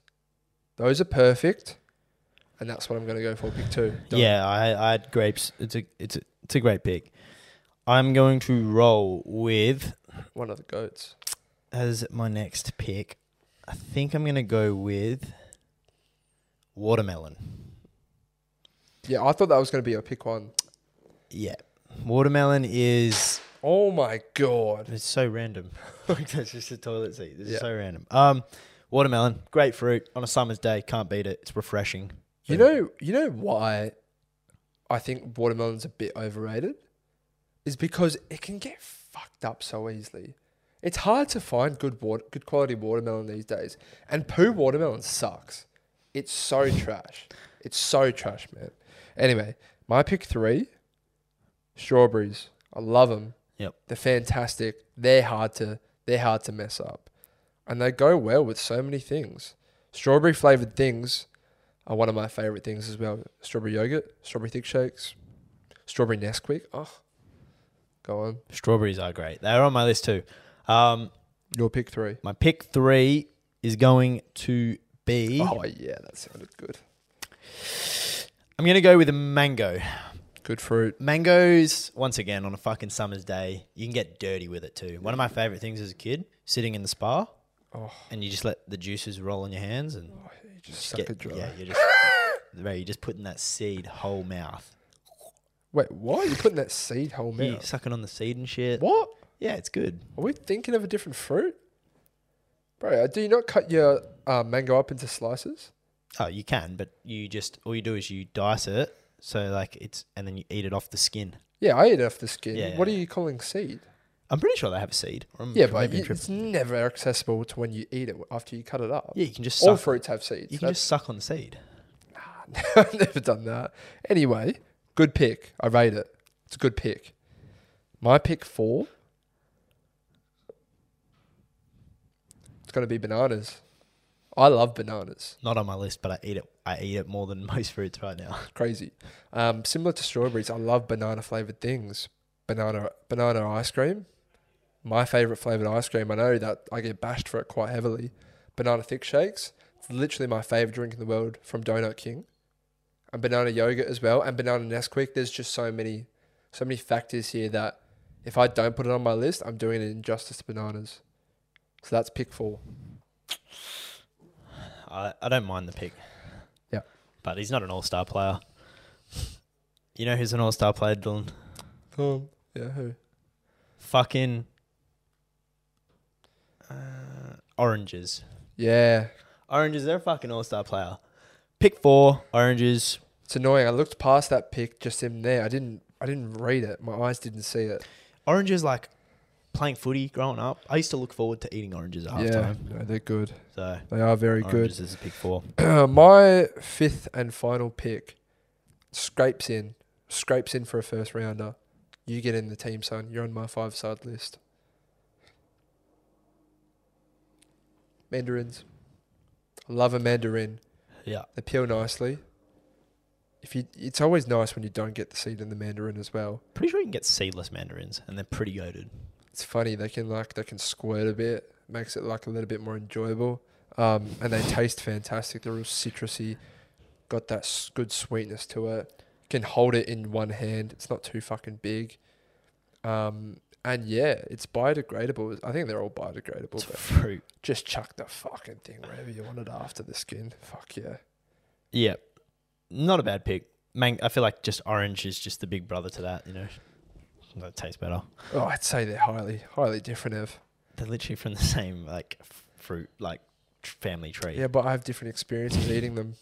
[SPEAKER 1] Those are perfect, and that's what I'm going to go for. Pick two. Done.
[SPEAKER 2] Yeah, I, I had grapes. It's a it's a it's a great pick. I'm going to roll with
[SPEAKER 1] one of the goats.
[SPEAKER 2] as my next pick. I think I'm gonna go with watermelon.
[SPEAKER 1] Yeah, I thought that was going to be your pick one.
[SPEAKER 2] Yeah, watermelon is
[SPEAKER 1] Oh my god.
[SPEAKER 2] It's so random. Like, That's just a toilet seat. This
[SPEAKER 1] Yeah.
[SPEAKER 2] is so random. Um, watermelon, great fruit on a summer's day. Can't beat it. It's refreshing.
[SPEAKER 1] You
[SPEAKER 2] Boom.
[SPEAKER 1] know, you know why I think watermelon's a bit overrated is because it can get fucked up so easily. It's hard to find good water, good quality watermelon these days, and poo watermelon sucks. It's so trash. It's so trash, man. Anyway, my pick three, strawberries. I love them.
[SPEAKER 2] Yep.
[SPEAKER 1] They're fantastic. They're hard to they're hard to mess up, and they go well with so many things. Strawberry flavored things are one of my favorite things as well. Strawberry yogurt, strawberry thick shakes, strawberry Nesquik. Oh, go on.
[SPEAKER 2] Strawberries are great. They're on my list too. Um,
[SPEAKER 1] Your pick three.
[SPEAKER 2] my pick three is going to be.
[SPEAKER 1] Oh yeah, that sounded good.
[SPEAKER 2] I'm going to go with a mango.
[SPEAKER 1] Good fruit.
[SPEAKER 2] Mangoes, once again, on a fucking summer's day, you can get dirty with it too. One of my favorite things as a kid, sitting in the spa,
[SPEAKER 1] Oh.
[SPEAKER 2] and you just let the juices roll in your hands and
[SPEAKER 1] Oh, you just
[SPEAKER 2] just
[SPEAKER 1] suck
[SPEAKER 2] get,
[SPEAKER 1] it dry.
[SPEAKER 2] yeah, you're just, bro, you're just putting that seed whole mouth.
[SPEAKER 1] Wait, why are you putting that seed whole
[SPEAKER 2] You
[SPEAKER 1] mouth?
[SPEAKER 2] sucking on the seed and shit.
[SPEAKER 1] What?
[SPEAKER 2] Yeah, it's good.
[SPEAKER 1] Are we thinking of a different fruit? Bro, uh, do you not cut your uh, mango up into slices?
[SPEAKER 2] Oh, you can, but you just all you do is you dice it, so like it's, and then you eat it off the skin.
[SPEAKER 1] Yeah, I eat off the skin.
[SPEAKER 2] Yeah,
[SPEAKER 1] what are
[SPEAKER 2] yeah.
[SPEAKER 1] you calling seed?
[SPEAKER 2] I'm pretty sure they have a seed. Or I'm
[SPEAKER 1] Yeah,
[SPEAKER 2] tri-
[SPEAKER 1] but
[SPEAKER 2] maybe
[SPEAKER 1] you-
[SPEAKER 2] tri-
[SPEAKER 1] it's never accessible to when you eat it after you cut it up.
[SPEAKER 2] yeah, you can just
[SPEAKER 1] All
[SPEAKER 2] suck.
[SPEAKER 1] fruits have seeds.
[SPEAKER 2] you can just suck on the seed.
[SPEAKER 1] That's- I've never done that. Anyway, good pick. I rate it. It's a good pick. My pick four. It's going to be bananas. I love bananas.
[SPEAKER 2] Not on my list, but I eat it. I eat it more than most fruits right now.
[SPEAKER 1] crazy. Um, similar to strawberries, I love banana flavored things. Banana banana ice cream, my favorite flavored ice cream. I know that I get bashed for it quite heavily. Banana thick shakes. It's literally my favorite drink in the world from Donut King, and banana yogurt as well, and banana Nesquik. There's just so many, so many factors here that if I don't put it on my list, I'm doing an injustice to bananas. So that's pick four.
[SPEAKER 2] I, I don't mind the pick.
[SPEAKER 1] Yeah.
[SPEAKER 2] but he's not an all-star player. You know who's an all-star player, Dylan?
[SPEAKER 1] Um, yeah, who?
[SPEAKER 2] Fucking uh, oranges.
[SPEAKER 1] Yeah,
[SPEAKER 2] Oranges, they're a fucking all-star player. Pick four, oranges.
[SPEAKER 1] It's annoying. I looked past that pick just in there. I didn't. I didn't read it. My eyes didn't see it.
[SPEAKER 2] Oranges, like playing footy growing up, I used to look forward to eating oranges at halftime.
[SPEAKER 1] no, they're good.
[SPEAKER 2] So
[SPEAKER 1] They are very
[SPEAKER 2] oranges is a pick four.
[SPEAKER 1] good. My fifth and final pick scrapes in, scrapes in for a first rounder. You get in the team, son. You're on my five side list. Mandarins. I love a mandarin.
[SPEAKER 2] Yeah,
[SPEAKER 1] They peel nicely. If you, it's always nice when you don't get the seed in the mandarin as well.
[SPEAKER 2] pretty sure you can get seedless mandarins, and they're pretty goaded.
[SPEAKER 1] it's funny they can like they can squirt a bit makes it like a little bit more enjoyable um, and they taste fantastic they're all citrusy got that s- good sweetness to it can hold it in one hand it's not too fucking big um, and yeah it's biodegradable i think they're all biodegradable
[SPEAKER 2] It's
[SPEAKER 1] but
[SPEAKER 2] fruit.
[SPEAKER 1] just chuck the fucking thing wherever you want it after the skin fuck yeah
[SPEAKER 2] Yeah, not a bad pick. Man, I feel like just orange is just the big brother to that. You know, that tastes better.
[SPEAKER 1] oh i'd say they're highly highly different of
[SPEAKER 2] They're literally from the same like f- fruit like tr- family tree.
[SPEAKER 1] yeah but i have different experiences eating them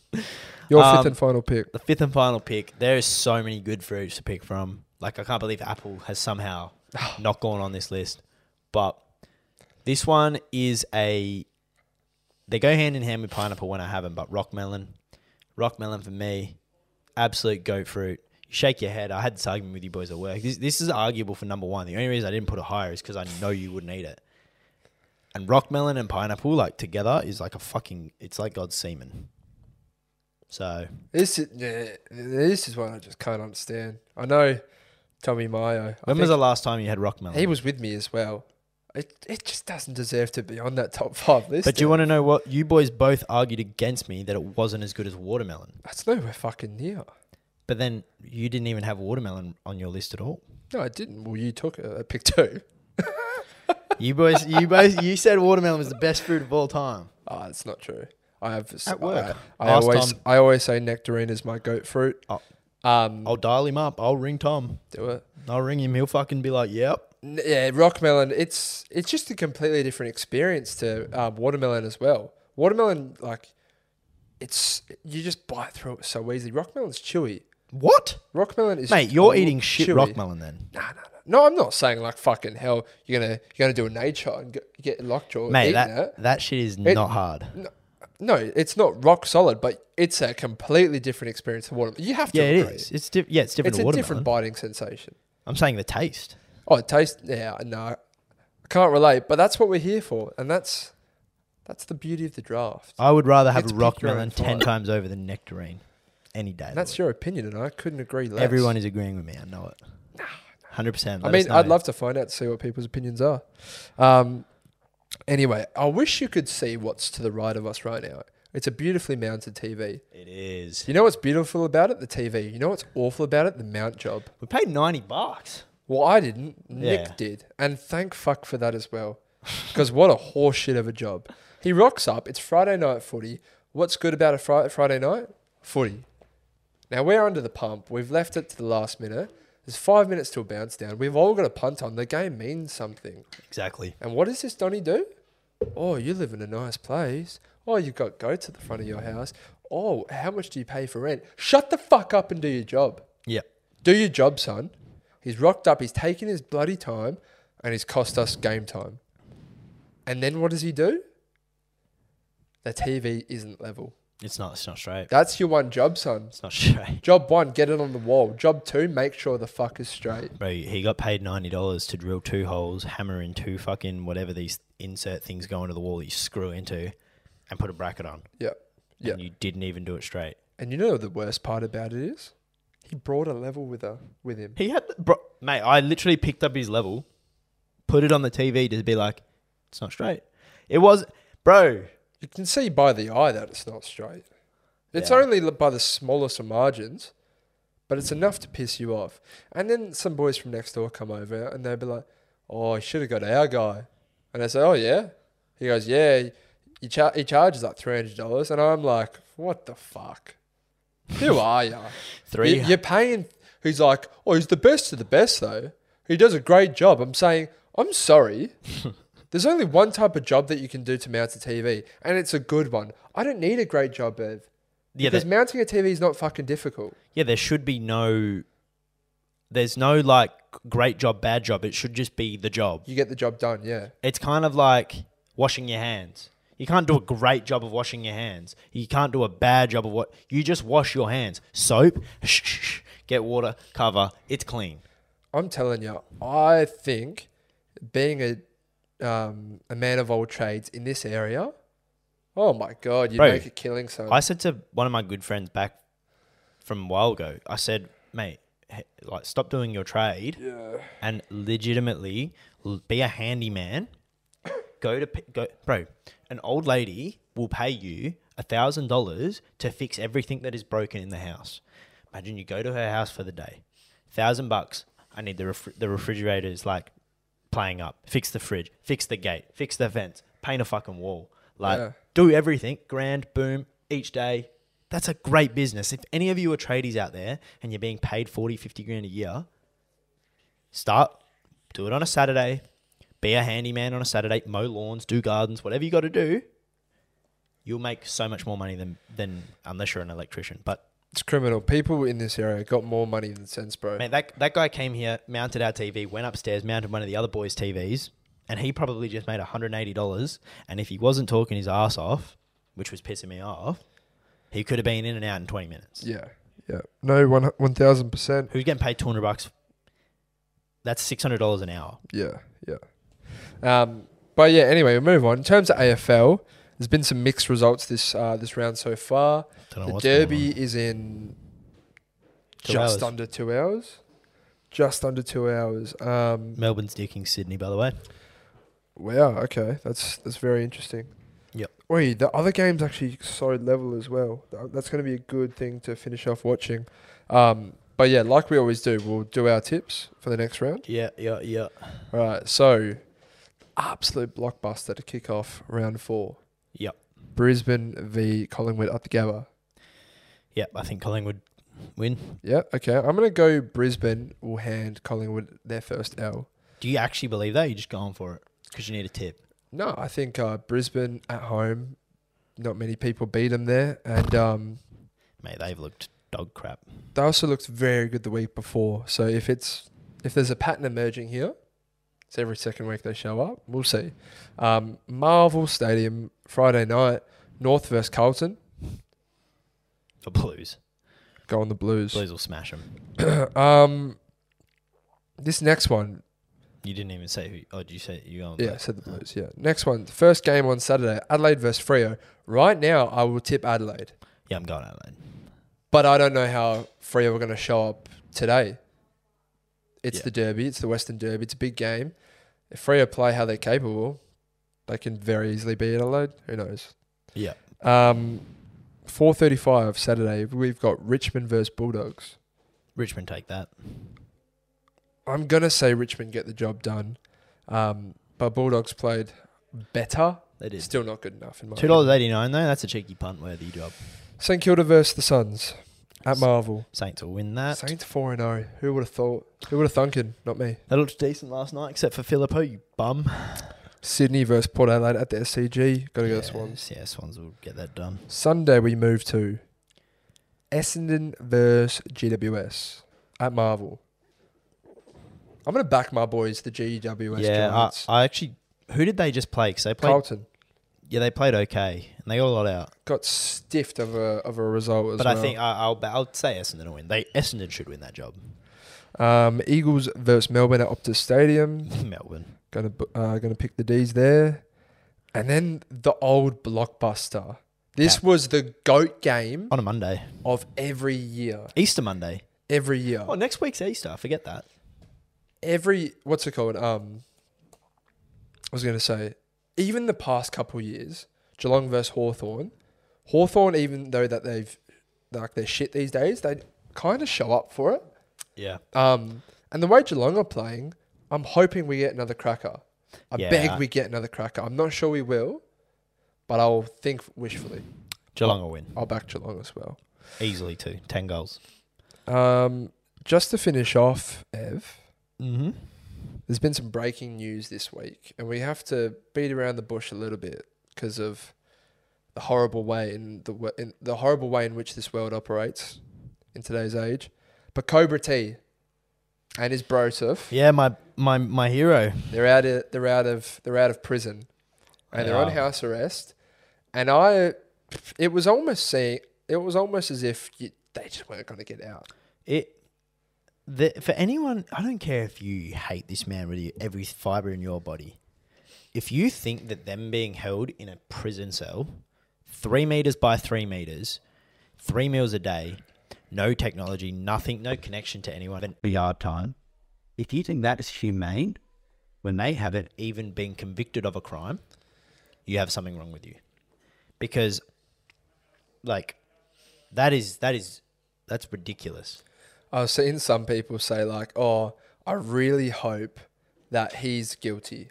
[SPEAKER 1] your fifth
[SPEAKER 2] Um,
[SPEAKER 1] and final pick
[SPEAKER 2] The fifth and final pick. There is so many good fruits to pick from. Like I can't believe Apple has somehow not gone on this list. But this one is a. They go hand in hand with pineapple when I have them, but rockmelon, rockmelon for me, absolute goat fruit. You shake your head. I had this argument with you boys at work. This, this is arguable for number one. The only reason I didn't put it higher is because I know you wouldn't eat it. And rockmelon and pineapple, like together, is like a fucking. It's like God's semen. So
[SPEAKER 1] This is yeah, this is what I just can't understand. I know Tommy Mayo. I
[SPEAKER 2] When was the
[SPEAKER 1] think
[SPEAKER 2] last time you had rockmelon?
[SPEAKER 1] he was with me as well. It it just doesn't deserve to be on that top five list.
[SPEAKER 2] but do you want to know what? You boys both argued against me that it wasn't as good as watermelon.
[SPEAKER 1] That's nowhere fucking near.
[SPEAKER 2] But then you didn't even have watermelon on your list at all.
[SPEAKER 1] No, I didn't. Well, you took it. I picked two.
[SPEAKER 2] You boys, you both, you said watermelon was the best fruit of all time.
[SPEAKER 1] Ah, that's not true. I have s-
[SPEAKER 2] At work.
[SPEAKER 1] I, I
[SPEAKER 2] Last
[SPEAKER 1] always
[SPEAKER 2] time-
[SPEAKER 1] I always say nectarine is my goat fruit.
[SPEAKER 2] Oh.
[SPEAKER 1] Um,
[SPEAKER 2] I'll dial him up. I'll ring Tom.
[SPEAKER 1] do it.
[SPEAKER 2] I'll ring him. He'll fucking be like, "Yep."
[SPEAKER 1] N- Yeah, rockmelon. It's it's just a completely different experience to um, watermelon as well. Watermelon, like, it's you just bite through it so easy. Rockmelon's chewy.
[SPEAKER 2] What,
[SPEAKER 1] Rockmelon is
[SPEAKER 2] mate? You're
[SPEAKER 1] chew-
[SPEAKER 2] eating shit
[SPEAKER 1] chewy.
[SPEAKER 2] rockmelon then,
[SPEAKER 1] No, no, no. No, I'm not saying like fucking hell. You're gonna you're gonna do a nature and get, get lockjaw.
[SPEAKER 2] mate.
[SPEAKER 1] eating
[SPEAKER 2] That
[SPEAKER 1] it.
[SPEAKER 2] that shit is not hard.
[SPEAKER 1] no, it's not rock solid, but it's a completely different experience to watermelon. You have to
[SPEAKER 2] Yeah, it
[SPEAKER 1] agree.
[SPEAKER 2] is. It's di- yeah, it's different.
[SPEAKER 1] It's
[SPEAKER 2] to
[SPEAKER 1] a
[SPEAKER 2] watermelon.
[SPEAKER 1] different biting sensation.
[SPEAKER 2] I'm saying the taste.
[SPEAKER 1] Oh, it tastes. Yeah, no, I can't relate. But that's what we're here for, and that's that's the beauty of the draft.
[SPEAKER 2] I would rather have
[SPEAKER 1] It's
[SPEAKER 2] a
[SPEAKER 1] pick
[SPEAKER 2] rock
[SPEAKER 1] your own
[SPEAKER 2] melon ten
[SPEAKER 1] vibe.
[SPEAKER 2] times over the nectarine any day. of
[SPEAKER 1] And
[SPEAKER 2] the
[SPEAKER 1] that's
[SPEAKER 2] week.
[SPEAKER 1] your opinion, and I couldn't agree less.
[SPEAKER 2] Everyone is agreeing with me. I know it. Hundred percent.
[SPEAKER 1] I mean, I'd love to find out to see what people's opinions are. Um, anyway, I wish you could see what's to the right of us right now. It's a beautifully mounted TV.
[SPEAKER 2] It is.
[SPEAKER 1] You know what's beautiful about it? The TV. You know what's awful about it? The mount job.
[SPEAKER 2] We paid ninety bucks.
[SPEAKER 1] Well, I didn't. Nick
[SPEAKER 2] Yeah.
[SPEAKER 1] did. And thank fuck for that as well. Because what a horseshit of a job. He rocks up. It's Friday night footy. What's good about a fri- Friday night? Footy. Now we're under the pump. We've left it to the last minute. There's five minutes till bounce down. We've all got a punt on. The game means something.
[SPEAKER 2] Exactly.
[SPEAKER 1] And what does this Donny do? Oh, you live in a nice place. Oh, you've got goats at the front of your house. Oh, how much do you pay for rent? Shut the fuck up and do your job.
[SPEAKER 2] Yep.
[SPEAKER 1] Do your job, son. He's rocked up. He's taken his bloody time, and he's cost us game time. And then what does he do? The TV isn't level.
[SPEAKER 2] It's not. It's not straight.
[SPEAKER 1] That's your one job, son.
[SPEAKER 2] It's not straight.
[SPEAKER 1] Job one, get it on the wall. Job two, make sure the fuck is straight.
[SPEAKER 2] Bro, he got paid ninety dollars to drill two holes, hammer in two fucking whatever these insert things go into the wall that you screw into, and put a bracket on.
[SPEAKER 1] Yep. Yep.
[SPEAKER 2] And you didn't even do it straight.
[SPEAKER 1] And you know what the worst part about it is? He brought a level with her with him.
[SPEAKER 2] He had, bro, mate. I literally picked up his level, put it on the TV to be like, it's not straight. It was, bro.
[SPEAKER 1] You can see by the eye that it's not straight. It's
[SPEAKER 2] Yeah.
[SPEAKER 1] only li- by the smallest of margins, but it's enough to piss you off. And then some boys from next door come over and they'll be like, "Oh, I should have got our guy." And I say, "Oh yeah." He goes, "Yeah, he, char- he charges like three hundred dollars," and I'm like, "What the fuck? Who are you?
[SPEAKER 2] Three-
[SPEAKER 1] You're paying." He's like, "Oh, he's the best of the best though. He does a great job." I'm saying, "I'm sorry." There's only one type of job that you can do to mount a TV, and it's a good one. I don't need a great job, Bev.
[SPEAKER 2] Yeah,
[SPEAKER 1] because
[SPEAKER 2] there,
[SPEAKER 1] mounting a TV is not fucking difficult.
[SPEAKER 2] yeah. There should be no. There's no like great job, bad job. It should just be the job.
[SPEAKER 1] You get the job done, yeah.
[SPEAKER 2] It's kind of like washing your hands. You can't do a great job of washing your hands. You can't do a bad job of what you just wash your hands. Soap, shh, shh, shh, get water, cover. It's clean.
[SPEAKER 1] I'm telling you, I think being a um, a man of all trades in this area, oh my god, you'd
[SPEAKER 2] Bro,
[SPEAKER 1] make a killing, son.
[SPEAKER 2] I said to one of my good friends back from a while ago, I said, mate, he- like stop doing your trade and legitimately l- be a handyman. Go to p- go, bro. An old lady will pay you a thousand dollars to fix everything that is broken in the house. Imagine you go to her house for the day, thousand bucks. I need the refri- the refrigerator is like playing up. Fix the fridge, fix the gate, fix the vents, paint a fucking wall. Like
[SPEAKER 1] Yeah.
[SPEAKER 2] do everything. Grand, boom, each day. That's a great business. If any of you are tradies out there and you're being paid 40, 50 grand a year, start, do it on a Saturday, be a handyman on a Saturday, mow lawns, do gardens, whatever you got to do. You'll make so much more money than, than unless you're an electrician. But
[SPEAKER 1] it's criminal. People in this area got more money than sense, bro.
[SPEAKER 2] mate, that, that guy came here, mounted our TV, went upstairs, mounted one of the other boys' TVs, and he probably just made $180. And if he wasn't talking his ass off, which was pissing me off, he could have been in and out in 20 minutes.
[SPEAKER 1] Yeah, yeah. No, one one thousand percent.
[SPEAKER 2] Who's getting paid 200 bucks? That's $600 an hour.
[SPEAKER 1] Yeah, yeah. Um, but yeah, anyway, we move on. In terms of AFL, there's been some mixed results this uh, this round so far.
[SPEAKER 2] Don't know
[SPEAKER 1] The
[SPEAKER 2] Oh, what's going
[SPEAKER 1] derby is in
[SPEAKER 2] Two
[SPEAKER 1] just
[SPEAKER 2] hours.
[SPEAKER 1] under two hours. Just under two hours. Um,
[SPEAKER 2] Melbourne's dicking Sydney, by the way.
[SPEAKER 1] wow. Okay, that's that's very interesting.
[SPEAKER 2] Yep.
[SPEAKER 1] Wait, the other game's actually solid level as well. Th- That's going to be a good thing to finish off watching. Um, but yeah, like we always do, we'll do our tips for the next round.
[SPEAKER 2] Yeah, yeah, yeah.
[SPEAKER 1] All right, so absolute blockbuster to kick off round four.
[SPEAKER 2] Yep.
[SPEAKER 1] Brisbane v Collingwood up the Gabba.
[SPEAKER 2] Yep, I think Collingwood win.
[SPEAKER 1] Yeah, okay. I'm gonna go Brisbane will hand Collingwood their first L.
[SPEAKER 2] Do you actually believe that? You're just going for it because you need a tip.
[SPEAKER 1] No, I think uh, Brisbane at home. Not many people beat them there, and um,
[SPEAKER 2] Mate, they've looked dog crap.
[SPEAKER 1] they also looked very good the week before. So if it's if there's a pattern emerging here, it's every second week they show up. We'll see. Um, Marvel Stadium Friday night. North versus Carlton.
[SPEAKER 2] The Blues.
[SPEAKER 1] Go on the Blues.
[SPEAKER 2] Blues will smash them.
[SPEAKER 1] um, this next one,
[SPEAKER 2] You didn't even say who. Oh, did you say you go on?
[SPEAKER 1] yeah, I said the Blues. Yeah, next one, first game on Saturday, Adelaide versus Frio. Right now, I will tip Adelaide,
[SPEAKER 2] Yeah, I'm going Adelaide.
[SPEAKER 1] but I don't know how Frio are going to show up today. It's
[SPEAKER 2] Yeah.
[SPEAKER 1] the Derby. It's the Western Derby. It's a big game. If Frio play how they're capable, they can very easily be in Adelaide. Who knows?
[SPEAKER 2] Yeah.
[SPEAKER 1] Um, four thirty-five Saturday. We've got Richmond versus Bulldogs.
[SPEAKER 2] Richmond take that.
[SPEAKER 1] I'm gonna say Richmond get the job done, um, but Bulldogs played better.
[SPEAKER 2] They did.
[SPEAKER 1] Still not good enough in my
[SPEAKER 2] Two dollars eighty nine though. That's a cheeky punt worthy job.
[SPEAKER 1] opinion. St Kilda versus the Suns at Marvel.
[SPEAKER 2] Saints will win that.
[SPEAKER 1] Saints four and zero. Who would have thought? Who would have thunken? Not me.
[SPEAKER 2] They looked decent last night, except for Filippo. You bum.
[SPEAKER 1] Sydney versus Port Adelaide at the SCG. Gotta go
[SPEAKER 2] yeah,
[SPEAKER 1] Swans.
[SPEAKER 2] Yeah, Swans will get that done.
[SPEAKER 1] Sunday we move to Essendon versus GWS at Marvel. I'm gonna back my boys, the GWS
[SPEAKER 2] yeah,
[SPEAKER 1] Giants.
[SPEAKER 2] I, I actually. Who did they just play? 'Cause they played.
[SPEAKER 1] Carlton
[SPEAKER 2] Yeah, they played okay, and they got a lot out.
[SPEAKER 1] got stiffed of a of a result as
[SPEAKER 2] But
[SPEAKER 1] well.
[SPEAKER 2] I think I, I'll I'll say Essendon will win. They Essendon should win that job.
[SPEAKER 1] Um, Eagles versus Melbourne at Optus Stadium.
[SPEAKER 2] Melbourne.
[SPEAKER 1] Gonna bu- uh, gonna pick the D's there, and then the old blockbuster. This
[SPEAKER 2] Cat.
[SPEAKER 1] was the goat game
[SPEAKER 2] On a Monday,
[SPEAKER 1] of every year.
[SPEAKER 2] Easter Monday.
[SPEAKER 1] Every year.
[SPEAKER 2] Oh, next week's Easter. I forget that.
[SPEAKER 1] Every what's it called? Um, I was gonna say, even the past couple years, Geelong versus Hawthorn. Hawthorn, even though that they've like they're shit these days, they kind of show up for it.
[SPEAKER 2] Yeah,
[SPEAKER 1] Um, and the way Geelong are playing, I'm hoping we get another cracker. I
[SPEAKER 2] Yeah.
[SPEAKER 1] beg we get another cracker. I'm not sure we will, but I'll think wishfully.
[SPEAKER 2] Geelong will win
[SPEAKER 1] I'll back Geelong as well.
[SPEAKER 2] easily too. Ten goals.
[SPEAKER 1] Um, just to finish off, Ev,
[SPEAKER 2] Mm-hmm.
[SPEAKER 1] there's been some breaking news this week, and we have to beat around the bush a little bit because of the horrible way in the w- in the horrible way in which this world operates in today's age. But Cobra T and his brosif.
[SPEAKER 2] Yeah, my my my hero.
[SPEAKER 1] They're out of they're out of they're out of prison, and
[SPEAKER 2] They
[SPEAKER 1] they're on
[SPEAKER 2] are.
[SPEAKER 1] house arrest. And I, it was almost saying it was almost as if you, they just weren't going to get out.
[SPEAKER 2] It the, for anyone, I don't care if you hate this man with every fiber in your body. If you think that them being held in a prison cell, three meters by three meters, three meals a day, no technology, nothing, no connection to anyone,
[SPEAKER 3] for yard time. If you think that is humane, when they have it,
[SPEAKER 2] even being convicted of a crime, you have something wrong with you, because like that is that is that's ridiculous.
[SPEAKER 1] I've seen some people say like, "Oh, I really hope that he's guilty,"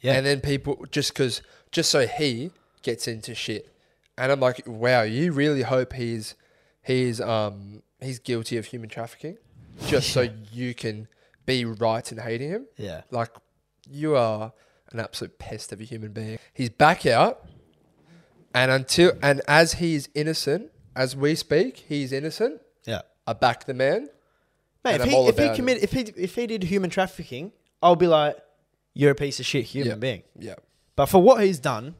[SPEAKER 2] Yeah.
[SPEAKER 1] and then people just because just so he gets into shit, and I'm like, "Wow, you really hope he's he's um he's guilty of human trafficking, just so you can be right in hating him."
[SPEAKER 2] Yeah.
[SPEAKER 1] Like, you are an absolute pest of a human being. He's back out, and until and as he is innocent, as we speak, he's innocent.
[SPEAKER 2] Yeah.
[SPEAKER 1] I back the man. And
[SPEAKER 2] Mate, if
[SPEAKER 1] I'm
[SPEAKER 2] he,
[SPEAKER 1] all
[SPEAKER 2] if he
[SPEAKER 1] about it.
[SPEAKER 2] committed, if he if he did human trafficking, I'll be like, you're a piece of shit human
[SPEAKER 1] Yeah.
[SPEAKER 2] being.
[SPEAKER 1] Yeah.
[SPEAKER 2] But for what he's done,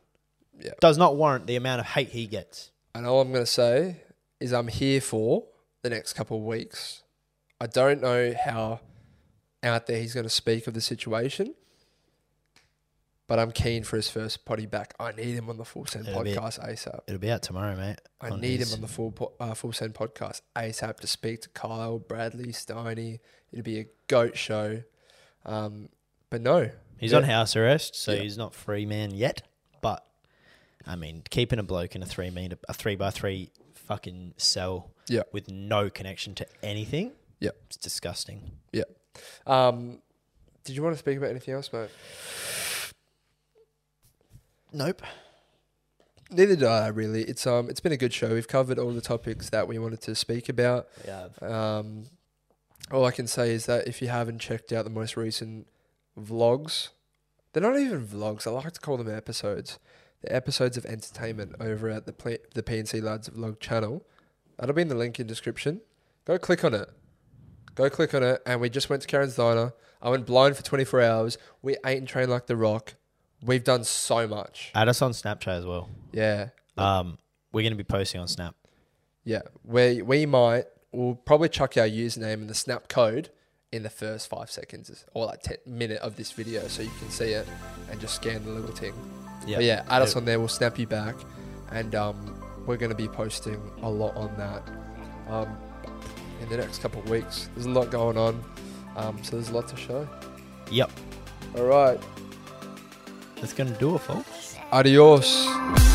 [SPEAKER 1] Yeah.
[SPEAKER 2] does not warrant the amount of hate he gets.
[SPEAKER 1] And all I'm going to say is I'm here for the next couple of weeks. I don't know how out there he's going to speak of the situation, but I'm keen for his first potty back. I need him on the Full Send
[SPEAKER 2] It'll be-
[SPEAKER 1] podcast ASAP.
[SPEAKER 2] It'll be out tomorrow, mate.
[SPEAKER 1] I need him on the full po- uh, full send podcast ASAP to speak to Kyle, Bradley, Stoney. It'd be a goat show. Um, but no,
[SPEAKER 2] He's
[SPEAKER 1] Yeah.
[SPEAKER 2] on house arrest, so
[SPEAKER 1] Yeah.
[SPEAKER 2] he's not free man yet. But I mean, keeping a bloke in a three meter, a three by three fucking cell,
[SPEAKER 1] Yeah.
[SPEAKER 2] with no connection to anything,
[SPEAKER 1] Yeah.
[SPEAKER 2] it's disgusting.
[SPEAKER 1] Yeah. Um, did you want to speak about anything else, mate?
[SPEAKER 2] Nope.
[SPEAKER 1] Neither did I really. It's um, it's been a good show. We've covered all the topics that we wanted to speak about.
[SPEAKER 2] Yeah.
[SPEAKER 1] Um, all I can say is that if you haven't checked out the most recent vlogs, they're not even vlogs. I like to call them episodes. The episodes of entertainment over at the Pl- the PNC Lads Vlog channel. That'll be in the link in description. Go click on it. Go click on it. And we just went to Karen's Diner. I went blind for 24 hours. We ate and trained like the rock. We've done so much.
[SPEAKER 2] Add us on Snapchat as well.
[SPEAKER 1] Yeah.
[SPEAKER 2] Um, we're going to be posting on Snap.
[SPEAKER 1] Yeah, we we might we'll probably chuck our username and the snap code in the first five seconds or like ten minute of this video, so you can see it and just scan the little thing. Yeah, but yeah, add us on there. We'll snap you back, and um, we're going to be posting a lot on that um, in the next couple of weeks. There's a lot going on, um, so there's a lot to show.
[SPEAKER 2] Yep.
[SPEAKER 1] All right,
[SPEAKER 2] That's going to do it, folks.
[SPEAKER 1] adios.